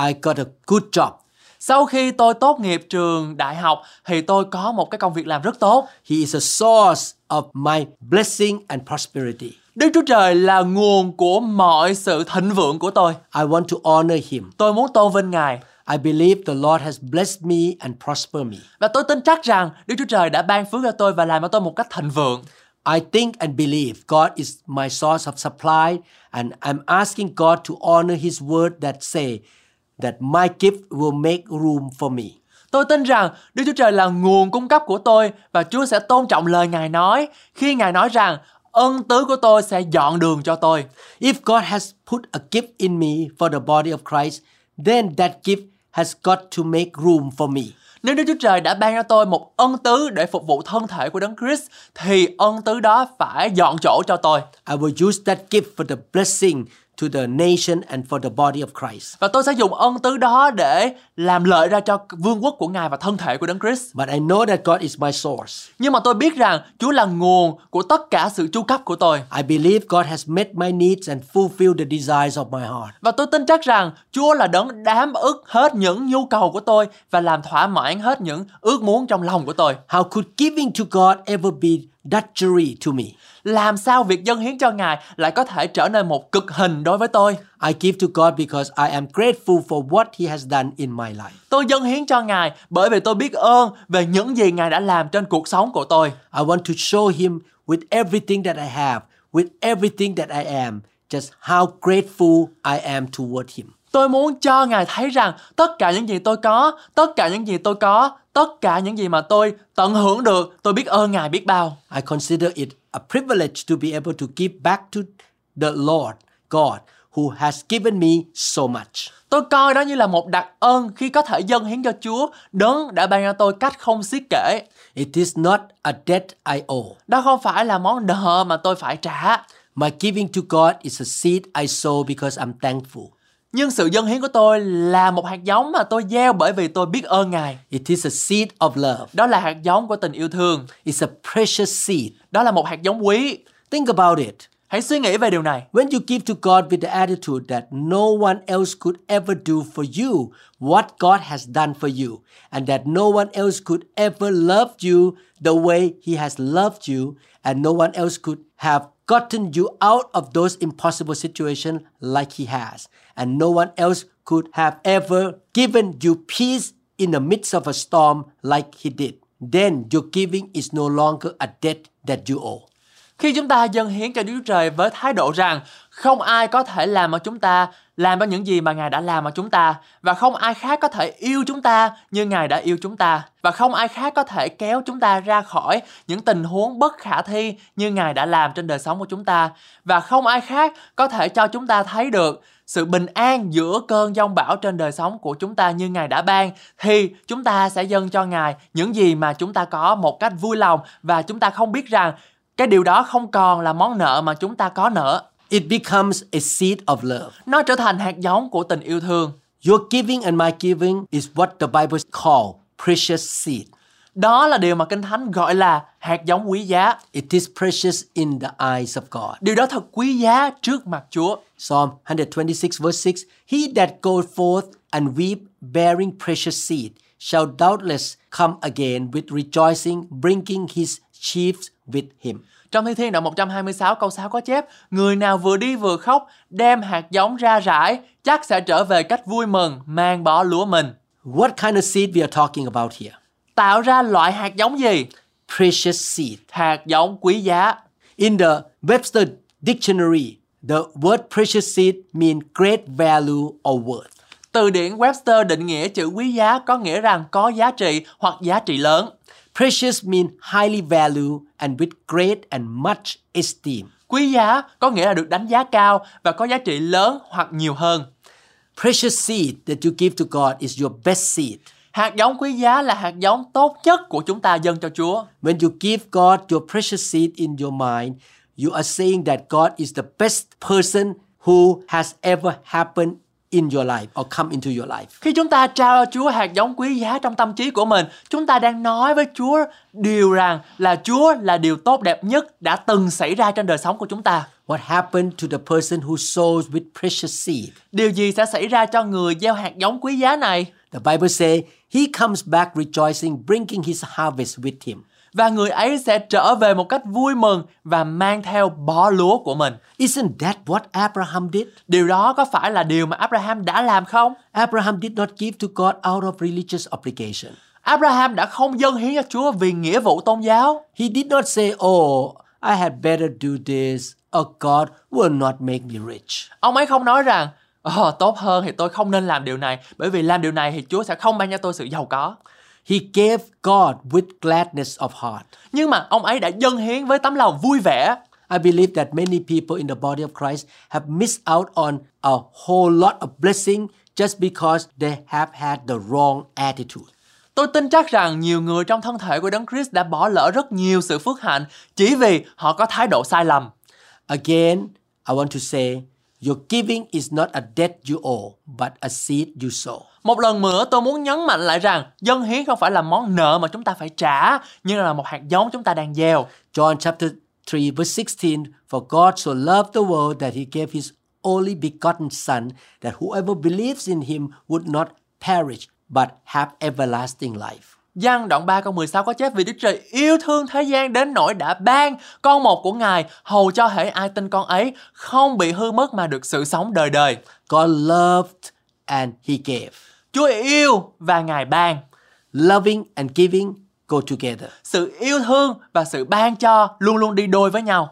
I got a good job. Sau khi tôi tốt nghiệp trường đại học thì tôi có một cái công việc làm rất tốt. He is a source of my blessing and prosperity. Đức Chúa Trời là nguồn của mọi sự thịnh vượng của tôi. I want to honor Him. Tôi muốn tôn vinh Ngài. I believe the Lord has blessed me and prospered me. Và tôi tin chắc rằng Đức Chúa Trời đã ban phước cho tôi và làm cho tôi một cách thịnh vượng. I think and believe God is my source of supply, and I'm asking God to honor His word that say that my gift will make room for me. Tôi tin rằng Đức Chúa Trời là nguồn cung cấp của tôi và Chúa sẽ tôn trọng lời Ngài nói khi Ngài nói rằng ân tứ của tôi sẽ dọn đường cho tôi. If God has put a gift in me for the body of Christ, then that gift has got to make room for me. Nếu Đức Chúa Trời đã ban cho tôi một ân tứ để phục vụ thân thể của Đấng Christ thì ân tứ đó phải dọn chỗ cho tôi. I will use that gift for the blessing to the nation and for the body of Christ. Và tôi sẽ dùng ân tứ đó để làm lợi ra cho vương quốc của Ngài và thân thể của Đấng Christ. But I know that God is my source. Nhưng mà tôi biết rằng Chúa là nguồn của tất cả sự chu cấp của tôi. I believe God has met my needs and fulfilled the desires of my heart. Và tôi tin chắc rằng Chúa là đấng đáp ứng hết những nhu cầu của tôi và làm thỏa mãn hết những ước muốn trong lòng của tôi. How could giving to God ever be drudgery to me? Làm sao việc dâng hiến cho Ngài lại có thể trở nên một cực hình đối với tôi? I give to God because I am grateful for what He has done in my life. Tôi dâng hiến cho Ngài bởi vì tôi biết ơn về những gì Ngài đã làm trên cuộc sống của tôi. I want to show Him with everything that I have, with everything that I am, just how grateful I am toward Him. Tôi muốn cho Ngài thấy rằng tất cả những gì tôi có, tất cả những gì tôi có, tất cả những gì mà tôi tận hưởng được, tôi biết ơn Ngài biết bao. I consider it a privilege to be able to give back to the Lord God who has given me so much. Tôi coi đó như là một đặc ân khi có thể dâng hiến cho Chúa, đấng đã ban cho tôi cách không xiết kể. It is not a debt I owe. Đó không phải là món nợ mà tôi phải trả. My giving to God is a seed I sow because I'm thankful. Nhưng sự dâng hiến của tôi là một hạt giống mà tôi gieo bởi vì tôi biết ơn Ngài. It is a seed of love. Đó là hạt giống của tình yêu thương. It's a precious seed. Đó là một hạt giống quý. Think about it. Hãy suy nghĩ về điều này. When you give to God with the attitude that no one else could ever do for you what God has done for you, and that no one else could ever love you the way He has loved you, and no one else could have gotten you out of those impossible situations like He has, and no one else could have ever given you peace in the midst of a storm like He did, then your giving is no longer a debt that you owe. Khi chúng ta dâng hiến cho Đức Chúa Trời với thái độ rằng không ai có thể làm mà chúng ta làm cho những gì mà Ngài đã làm mà chúng ta và không ai khác có thể yêu chúng ta như Ngài đã yêu chúng ta và không ai khác có thể kéo chúng ta ra khỏi những tình huống bất khả thi như Ngài đã làm trên đời sống của chúng ta và không ai khác có thể cho chúng ta thấy được sự bình an giữa cơn giông bão trên đời sống của chúng ta như Ngài đã ban thì chúng ta sẽ dâng cho Ngài những gì mà chúng ta có một cách vui lòng và chúng ta không biết rằng cái điều đó không còn là món nợ mà chúng ta có nữa It becomes a seed of love. nó trở thành hạt giống của tình yêu thương Your giving and my giving is what the Bible calls precious seed. đó là điều mà kinh thánh gọi là hạt giống quý giá It is precious in the eyes of God. điều đó thật quý giá trước mặt chúa Psalm 126, verse 6 He that goeth forth and weep, bearing precious seed, shall doubtless come again with rejoicing, bringing his sheaves with him. trong thi thiên đoạn 126 câu 6 có chép Người nào vừa đi vừa khóc Đem hạt giống ra rải Chắc sẽ trở về cách vui mừng Mang bỏ lúa mình What kind of seed we are talking about here? Tạo ra loại hạt giống gì precious seed. hạt giống quý giá. In the Webster Dictionary, the word precious seed means great value or worth. Từ điển Webster định nghĩa chữ quý giá có nghĩa rằng có giá trị hoặc giá trị lớn. Precious means highly valued and with great and much esteem. Quý giá có nghĩa là được đánh giá cao và có giá trị lớn hoặc nhiều hơn. Precious seed that you give to God is your best seed. Hạt giống quý giá là hạt giống tốt nhất của chúng ta dâng cho Chúa. When you give God your precious seed in your mind, you are saying that God is the best person who has ever happened in your life or come into your life. Khi chúng ta trao cho Chúa hạt giống quý giá trong tâm trí của mình, chúng ta đang nói với Chúa điều rằng là Chúa là điều tốt đẹp nhất đã từng xảy ra trên đời sống của chúng ta. What happened to the person who sows with precious seed? Điều gì sẽ xảy ra cho người gieo hạt giống quý giá này? The Bible says he comes back rejoicing, bringing his harvest with him. Và người ấy sẽ trở về một cách vui mừng và mang theo bó lúa của mình. Isn't that what Abraham did? Điều đó có phải là điều mà Abraham đã làm không? Abraham did not give to God out of religious obligation. Abraham đã không dâng hiến cho Chúa vì nghĩa vụ tôn giáo. He did not say, Oh, I had better do this, or God will not make me rich. Ông ấy không nói rằng Ờ, tốt hơn thì tôi không nên làm điều này bởi vì làm điều này thì Chúa sẽ không ban cho tôi sự giàu có. He gave God with gladness of heart. Nhưng mà ông ấy đã dâng hiến với tấm lòng vui vẻ. I believe that many people in the body of Christ have missed out on a whole lot of blessing just because they have had the wrong attitude. Tôi tin chắc rằng nhiều người trong thân thể của Đấng Christ đã bỏ lỡ rất nhiều sự phước hạnh chỉ vì họ có thái độ sai lầm. Again, I want to say your giving is not a debt you owe, but a seed you sow. Một lần nữa tôi muốn nhấn mạnh lại rằng dân hiến không phải là món nợ mà chúng ta phải trả, nhưng là một hạt giống chúng ta đang gieo. John chapter 3, verse 16 For God so loved the world that he gave his only begotten Son, that whoever believes in him would not perish but have everlasting life. Giăng đoạn 3 câu 16 có chép vì Đức Trời yêu thương thế gian đến nỗi đã ban con một của Ngài hầu cho hễ ai tin con ấy không bị hư mất mà được sự sống đời đời. God loved and he gave. Chúa yêu và Ngài ban. Loving and giving go together. Sự yêu thương và sự ban cho luôn luôn đi đôi với nhau.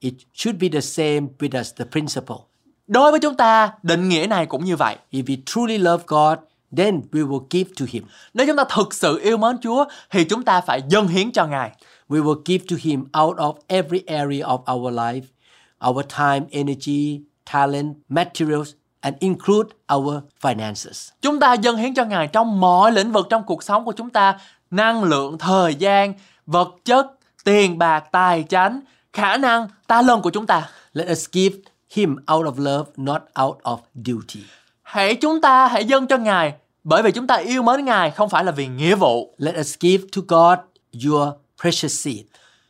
It should be the same with us, the principle. Đối với chúng ta, định nghĩa này cũng như vậy. If we truly love God, then we will give to him. Nếu chúng ta thực sự yêu mến Chúa thì chúng ta phải dâng hiến cho Ngài. We will give to Him out of every area of our life, our time, energy, talent, materials, and include our finances. Chúng ta dâng hiến cho Ngài trong mọi lĩnh vực trong cuộc sống của chúng ta, năng lượng, thời gian, vật chất, tiền bạc, tài chánh, khả năng, ta lân của chúng ta. Let us give Him out of love, not out of duty. Hãy chúng ta hãy dâng cho Ngài bởi vì chúng ta yêu mến Ngài không phải là vì nghĩa vụ. Let us give to God your precious seed.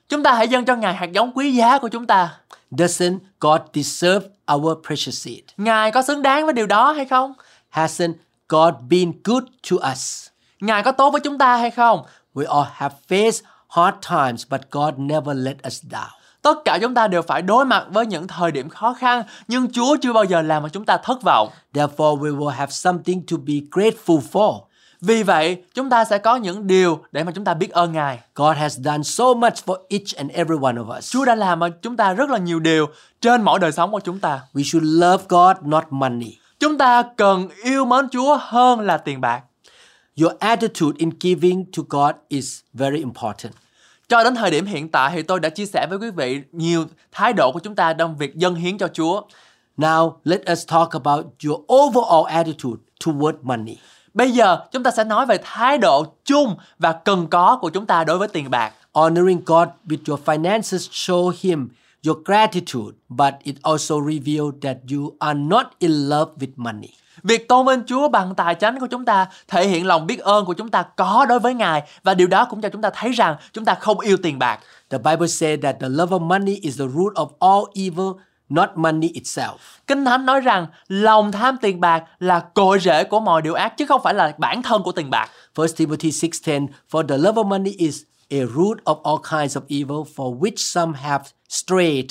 Chúng ta hãy dâng cho Ngài hạt giống quý giá của chúng ta. Doesn't God deserve our precious seed? Ngài có xứng đáng với điều đó hay không? Hasn't God been good to us? Ngài có tốt với chúng ta hay không? We all have faced hard times, but God never let us down. Tất cả chúng ta đều phải đối mặt với những thời điểm khó khăn, nhưng Chúa chưa bao giờ làm mà chúng ta thất vọng. Therefore, we will have something to be grateful for. Vì vậy, chúng ta sẽ có những điều để mà chúng ta biết ơn Ngài. God has done so much for each and every one of us. Chúa đã làm mà chúng ta rất là nhiều điều trên mỗi đời sống của chúng ta. We should love God, not money. Chúng ta cần yêu mến Chúa hơn là tiền bạc. Your attitude in giving to God is very important. Cho đến thời điểm hiện tại thì tôi đã chia sẻ với quý vị nhiều thái độ của chúng ta trong việc dâng hiến cho Chúa. Now, let us talk about your overall attitude toward money. Bây giờ chúng ta sẽ nói về thái độ chung và cần có của chúng ta đối với tiền bạc. Honoring God with your finances show him your gratitude, but it also reveals that you are not in love with money. Việc tôn vinh Chúa bằng tài chánh của chúng ta thể hiện lòng biết ơn của chúng ta có đối với Ngài và điều đó cũng cho chúng ta thấy rằng chúng ta không yêu tiền bạc. The Bible says that the love of money is the root of all evil, not money itself. Kinh Thánh nói rằng lòng tham tiền bạc là cội rễ của mọi điều ác chứ không phải là bản thân của tiền bạc. 1 Timothy 6:10 For the love of money is a root of all kinds of evil for which some have strayed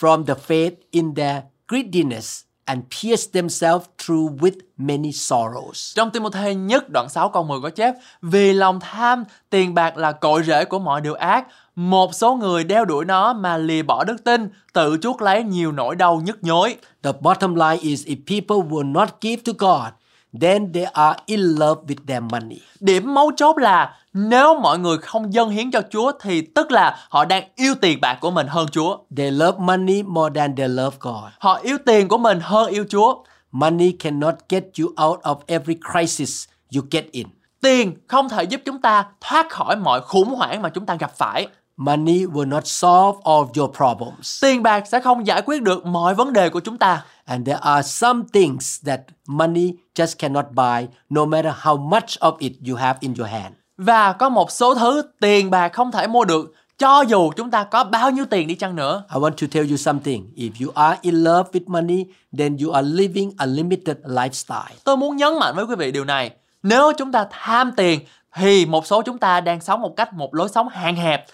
from the faith in their greediness and pierced themselves through with many sorrows. Trong Timothy nhất đoạn 6 câu 10 có chép Vì lòng tham, tiền bạc là cội rễ của mọi điều ác. Một số người đeo đuổi nó mà lìa bỏ đức tin, tự chuốc lấy nhiều nỗi đau nhức nhối. The bottom line is if people will not give to God, then they are in love with their money. Điểm mấu chốt là nếu mọi người không dâng hiến cho Chúa thì tức là họ đang yêu tiền bạc của mình hơn Chúa. They love money more than they love God. Họ yêu tiền của mình hơn yêu Chúa. Money cannot get you out of every crisis you get in. Tiền không thể giúp chúng ta thoát khỏi mọi khủng hoảng mà chúng ta gặp phải. Money will not solve all of your problems. Tiền bạc sẽ không giải quyết được mọi vấn đề của chúng ta. And there are some things that money just cannot buy, no matter how much of it you have in your hand. Và có một số thứ tiền bạc không thể mua được cho dù chúng ta có bao nhiêu tiền đi chăng nữa. I want to tell you something. If you are in love with money, then you are living a limited lifestyle. Tôi muốn nhấn mạnh với quý vị điều này. Nếu chúng ta tham tiền thì một số chúng ta đang sống một cách một lối sống hạn hẹp.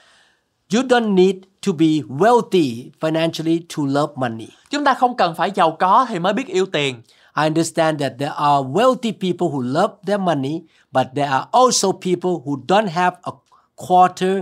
You don't need to be wealthy financially to love money. Chúng ta không cần phải giàu có thì mới biết yêu tiền. I understand that there are wealthy people who love their money, but there are also people who don't have a quarter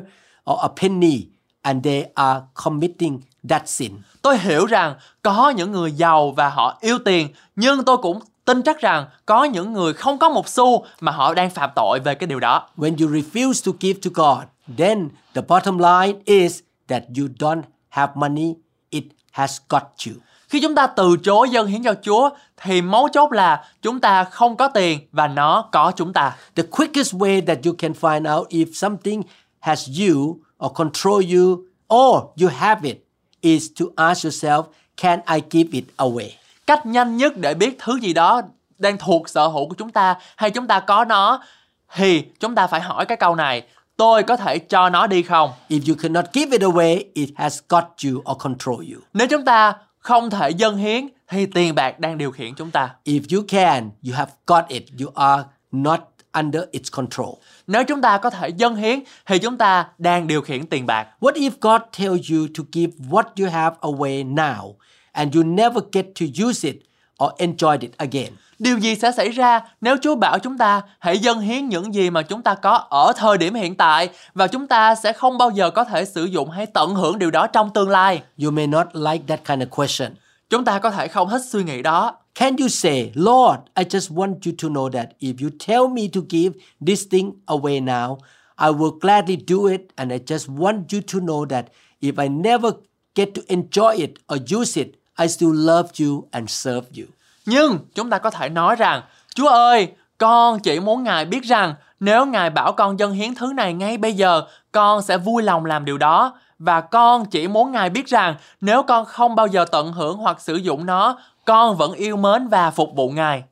or a penny and they are committing that sin. Tôi hiểu rằng có những người giàu và họ yêu tiền, nhưng tôi cũng tin chắc rằng có những người không có một xu mà họ đang phạm tội về cái điều đó. When you refuse to give to God, then the bottom line is that you don't have money, it has got you. Khi chúng ta từ chối dân hiến cho Chúa thì mấu chốt là chúng ta không có tiền và nó có chúng ta. The quickest way that you can find out if something has you or control you or you have it is to ask yourself, can I give it away? Cách nhanh nhất để biết thứ gì đó đang thuộc sở hữu của chúng ta hay chúng ta có nó thì chúng ta phải hỏi cái câu này, tôi có thể cho nó đi không? If you cannot give it away, it has got you or control you. Nếu chúng ta không thể dân hiến thì tiền bạc đang điều khiển chúng ta. If you can, you have got it. You are not under its control. Nếu chúng ta có thể dân hiến thì chúng ta đang điều khiển tiền bạc. What if God tells you to give what you have away now and you never get to use it or enjoy it again? Điều gì sẽ xảy ra nếu Chúa bảo chúng ta hãy dâng hiến những gì mà chúng ta có ở thời điểm hiện tại và chúng ta sẽ không bao giờ có thể sử dụng hay tận hưởng điều đó trong tương lai. You may not like that kind of question. Chúng ta có thể không hết suy nghĩ đó. Can you say, Lord, I just want you to know that if you tell me to give this thing away now, I will gladly do it. And I just want you to know that if I never get to enjoy it or use it, I still love you and serve you. Nhưng chúng ta có thể nói rằng, Chúa ơi, con chỉ muốn Ngài biết rằng nếu Ngài bảo con dâng hiến thứ này ngay bây giờ, con sẽ vui lòng làm điều đó. Và con chỉ muốn Ngài biết rằng nếu con không bao giờ tận hưởng hoặc sử dụng nó, con vẫn yêu mến và phục vụ Ngài.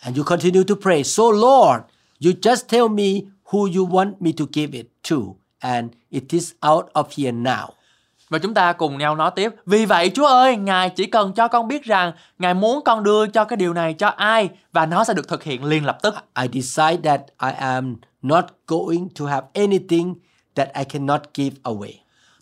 And you continue to pray. So, Lord, you just tell me who you want me to give it to, and it is out of here now. Và chúng ta cùng nhau nói tiếp. Vì vậy Chúa ơi, Ngài chỉ cần cho con biết rằng Ngài muốn con đưa cho cái điều này cho ai và nó sẽ được thực hiện liền lập tức. I decide that I am not going to have anything that I cannot give away.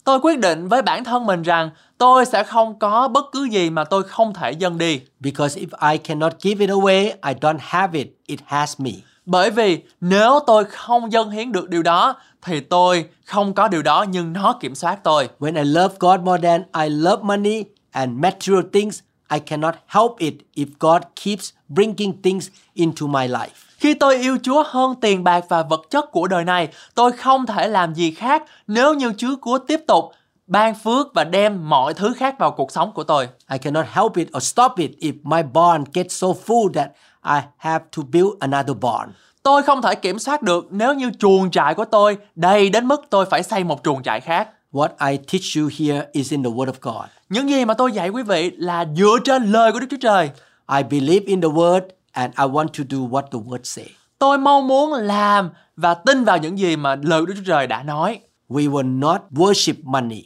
Tôi quyết định với bản thân mình rằng tôi sẽ không có bất cứ gì mà tôi không thể dâng đi. Because if I cannot give it away, I don't have it. It has me. Bởi vì nếu tôi không dâng hiến được điều đó thì tôi không có điều đó nhưng nó kiểm soát tôi. When I love God more than I love money and material things, I cannot help it if God keeps bringing things into my life. Khi tôi yêu Chúa hơn tiền bạc và vật chất của đời này, tôi không thể làm gì khác nếu như Chúa Chúa tiếp tục ban phước và đem mọi thứ khác vào cuộc sống của tôi. I cannot help it or stop it if my barn gets so full that I have to build another barn. Tôi không thể kiểm soát được nếu như chuồng trại của tôi đầy đến mức tôi phải xây một chuồng trại khác. What I teach you here is in the Word of God. Những gì mà tôi dạy quý vị là dựa trên lời của Đức Chúa Trời. I believe in the Word and I want to do what the Word says. Tôi mong muốn làm và tin vào những gì mà lời của Đức Chúa Trời đã nói. We will not worship money.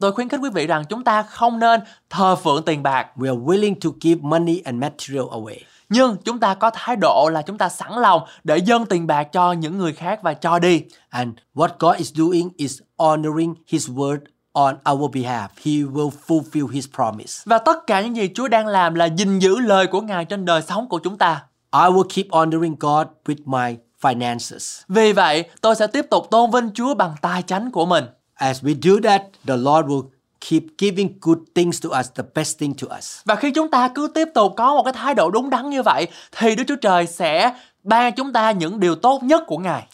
Tôi khuyến khích quý vị rằng chúng ta không nên thờ phượng tiền bạc, We are willing to give money and material away. nhưng chúng ta có thái độ là chúng ta sẵn lòng để dâng tiền bạc cho những người khác và cho đi. And what God is doing is honoring His word on our behalf. He will fulfill his promise. Và tất cả những gì Chúa đang làm là gìn giữ lời của Ngài trên đời sống của chúng ta. I will keep honoring God with my finances. Vì vậy, tôi sẽ tiếp tục tôn vinh Chúa bằng tài chánh của mình. As we do that, the Lord will keep giving good things to us, the best thing to us. Và khi chúng ta cứ tiếp tục có một cái thái độ đúng đắn như vậy thì Đức Chúa Trời sẽ ban chúng ta những điều tốt nhất của Ngài.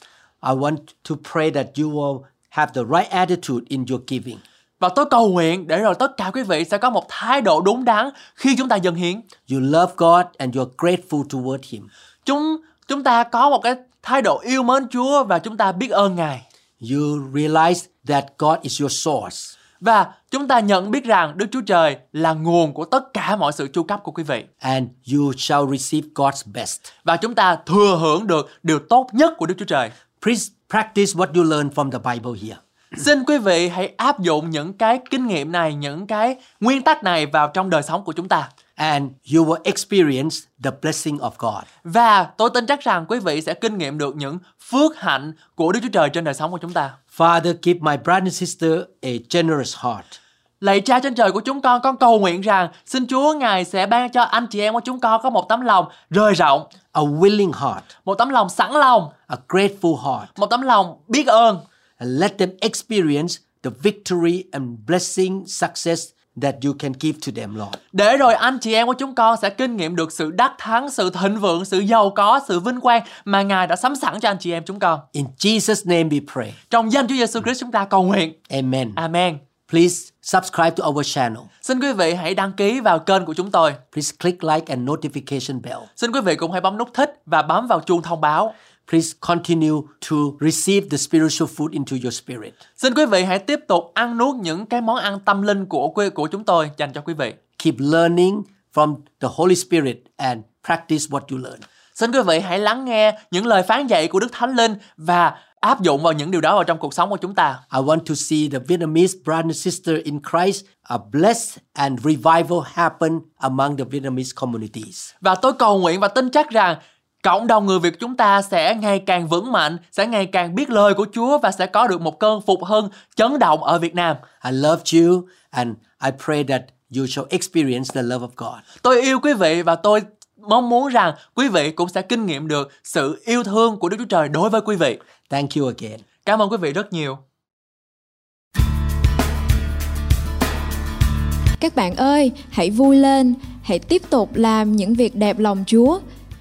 I want to pray that you will have the right attitude in your giving. Và tôi cầu nguyện để rồi tất cả quý vị sẽ có một thái độ đúng đắn khi chúng ta dâng hiến. You love God and you're grateful toward Him. Chúng chúng ta có một cái thái độ yêu mến Chúa và chúng ta biết ơn Ngài. You realize that God is your source Và chúng ta nhận biết rằng Đức Chúa Trời là nguồn của tất cả mọi sự chu cấp của quý vị. and you shall receive God's best. Và chúng ta thừa hưởng được điều tốt nhất của Đức Chúa Trời. Please practice what you learn from the Bible here. Xin quý vị hãy áp dụng những cái kinh nghiệm này, những cái nguyên tắc này vào trong đời sống của chúng ta. and you will experience the blessing of God. Và tôi tin chắc rằng quý vị sẽ kinh nghiệm được những phước hạnh của Đức Chúa Trời trên đời sống của chúng ta. Father, give my brother and sister a generous heart. Lạy cha trên trời của chúng con, con cầu nguyện rằng xin Chúa Ngài sẽ ban cho anh chị em của chúng con có một tấm lòng rời rộng, a willing heart, một tấm lòng sẵn lòng, a grateful heart, một tấm lòng biết ơn and let them experience the victory and blessing, success that you can give to them, Lord. để rồi anh chị em của chúng con sẽ kinh nghiệm được sự đắc thắng, sự thịnh vượng, sự giàu có, sự vinh quang mà Ngài đã sắm sẵn cho anh chị em chúng con. In Jesus' name we pray. Trong danh Chúa Giêsu Christ chúng ta cầu nguyện. Amen. Amen. Please subscribe to our channel. Xin quý vị hãy đăng ký vào kênh của chúng tôi. Please click like and notification bell. Xin quý vị cũng hãy bấm nút thích và bấm vào chuông thông báo. Please continue to receive the spiritual food into your spirit. Xin quý vị hãy tiếp tục ăn nuốt những cái món ăn tâm linh của quê của chúng tôi dành cho quý vị. Keep learning from the Holy Spirit and practice what you learn. Xin quý vị hãy lắng nghe những lời phán dạy của Đức Thánh Linh và áp dụng vào những điều đó vào trong cuộc sống của chúng ta. I want to see the Vietnamese brother and sister in Christ are blessed and revival happen among the Vietnamese communities. Và tôi cầu nguyện và tin chắc rằng cộng đồng người Việt chúng ta sẽ ngày càng vững mạnh, sẽ ngày càng biết lời của Chúa và sẽ có được một cơn phục hưng chấn động ở Việt Nam. I loved you and I pray that you shall experience the love of God. Tôi yêu quý vị và tôi mong muốn rằng quý vị cũng sẽ kinh nghiệm được sự yêu thương của Đức Chúa Trời đối với quý vị. Thank you again. Cảm ơn quý vị rất nhiều. Các bạn ơi, hãy vui lên, hãy tiếp tục làm những việc đẹp lòng Chúa.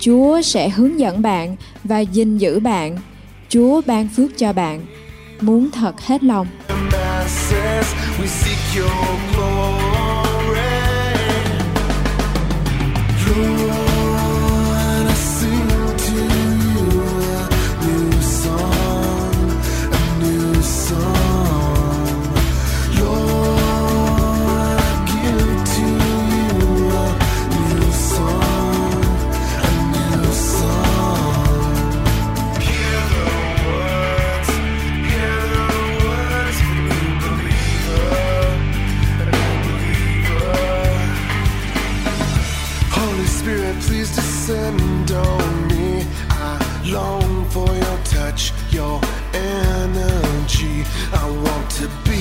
Chúa sẽ hướng dẫn bạn và gìn giữ bạn. Chúa ban phước cho bạn. Muốn thật hết lòng. masses, we seek your glory. Lord, I sing to you a new song, a new song. Lord, I give to you a new song, a new song. Hear the words, hear the words of a new believer, a new believer. Holy Spirit, please descend on me. I long for your touch, your energy. I want to be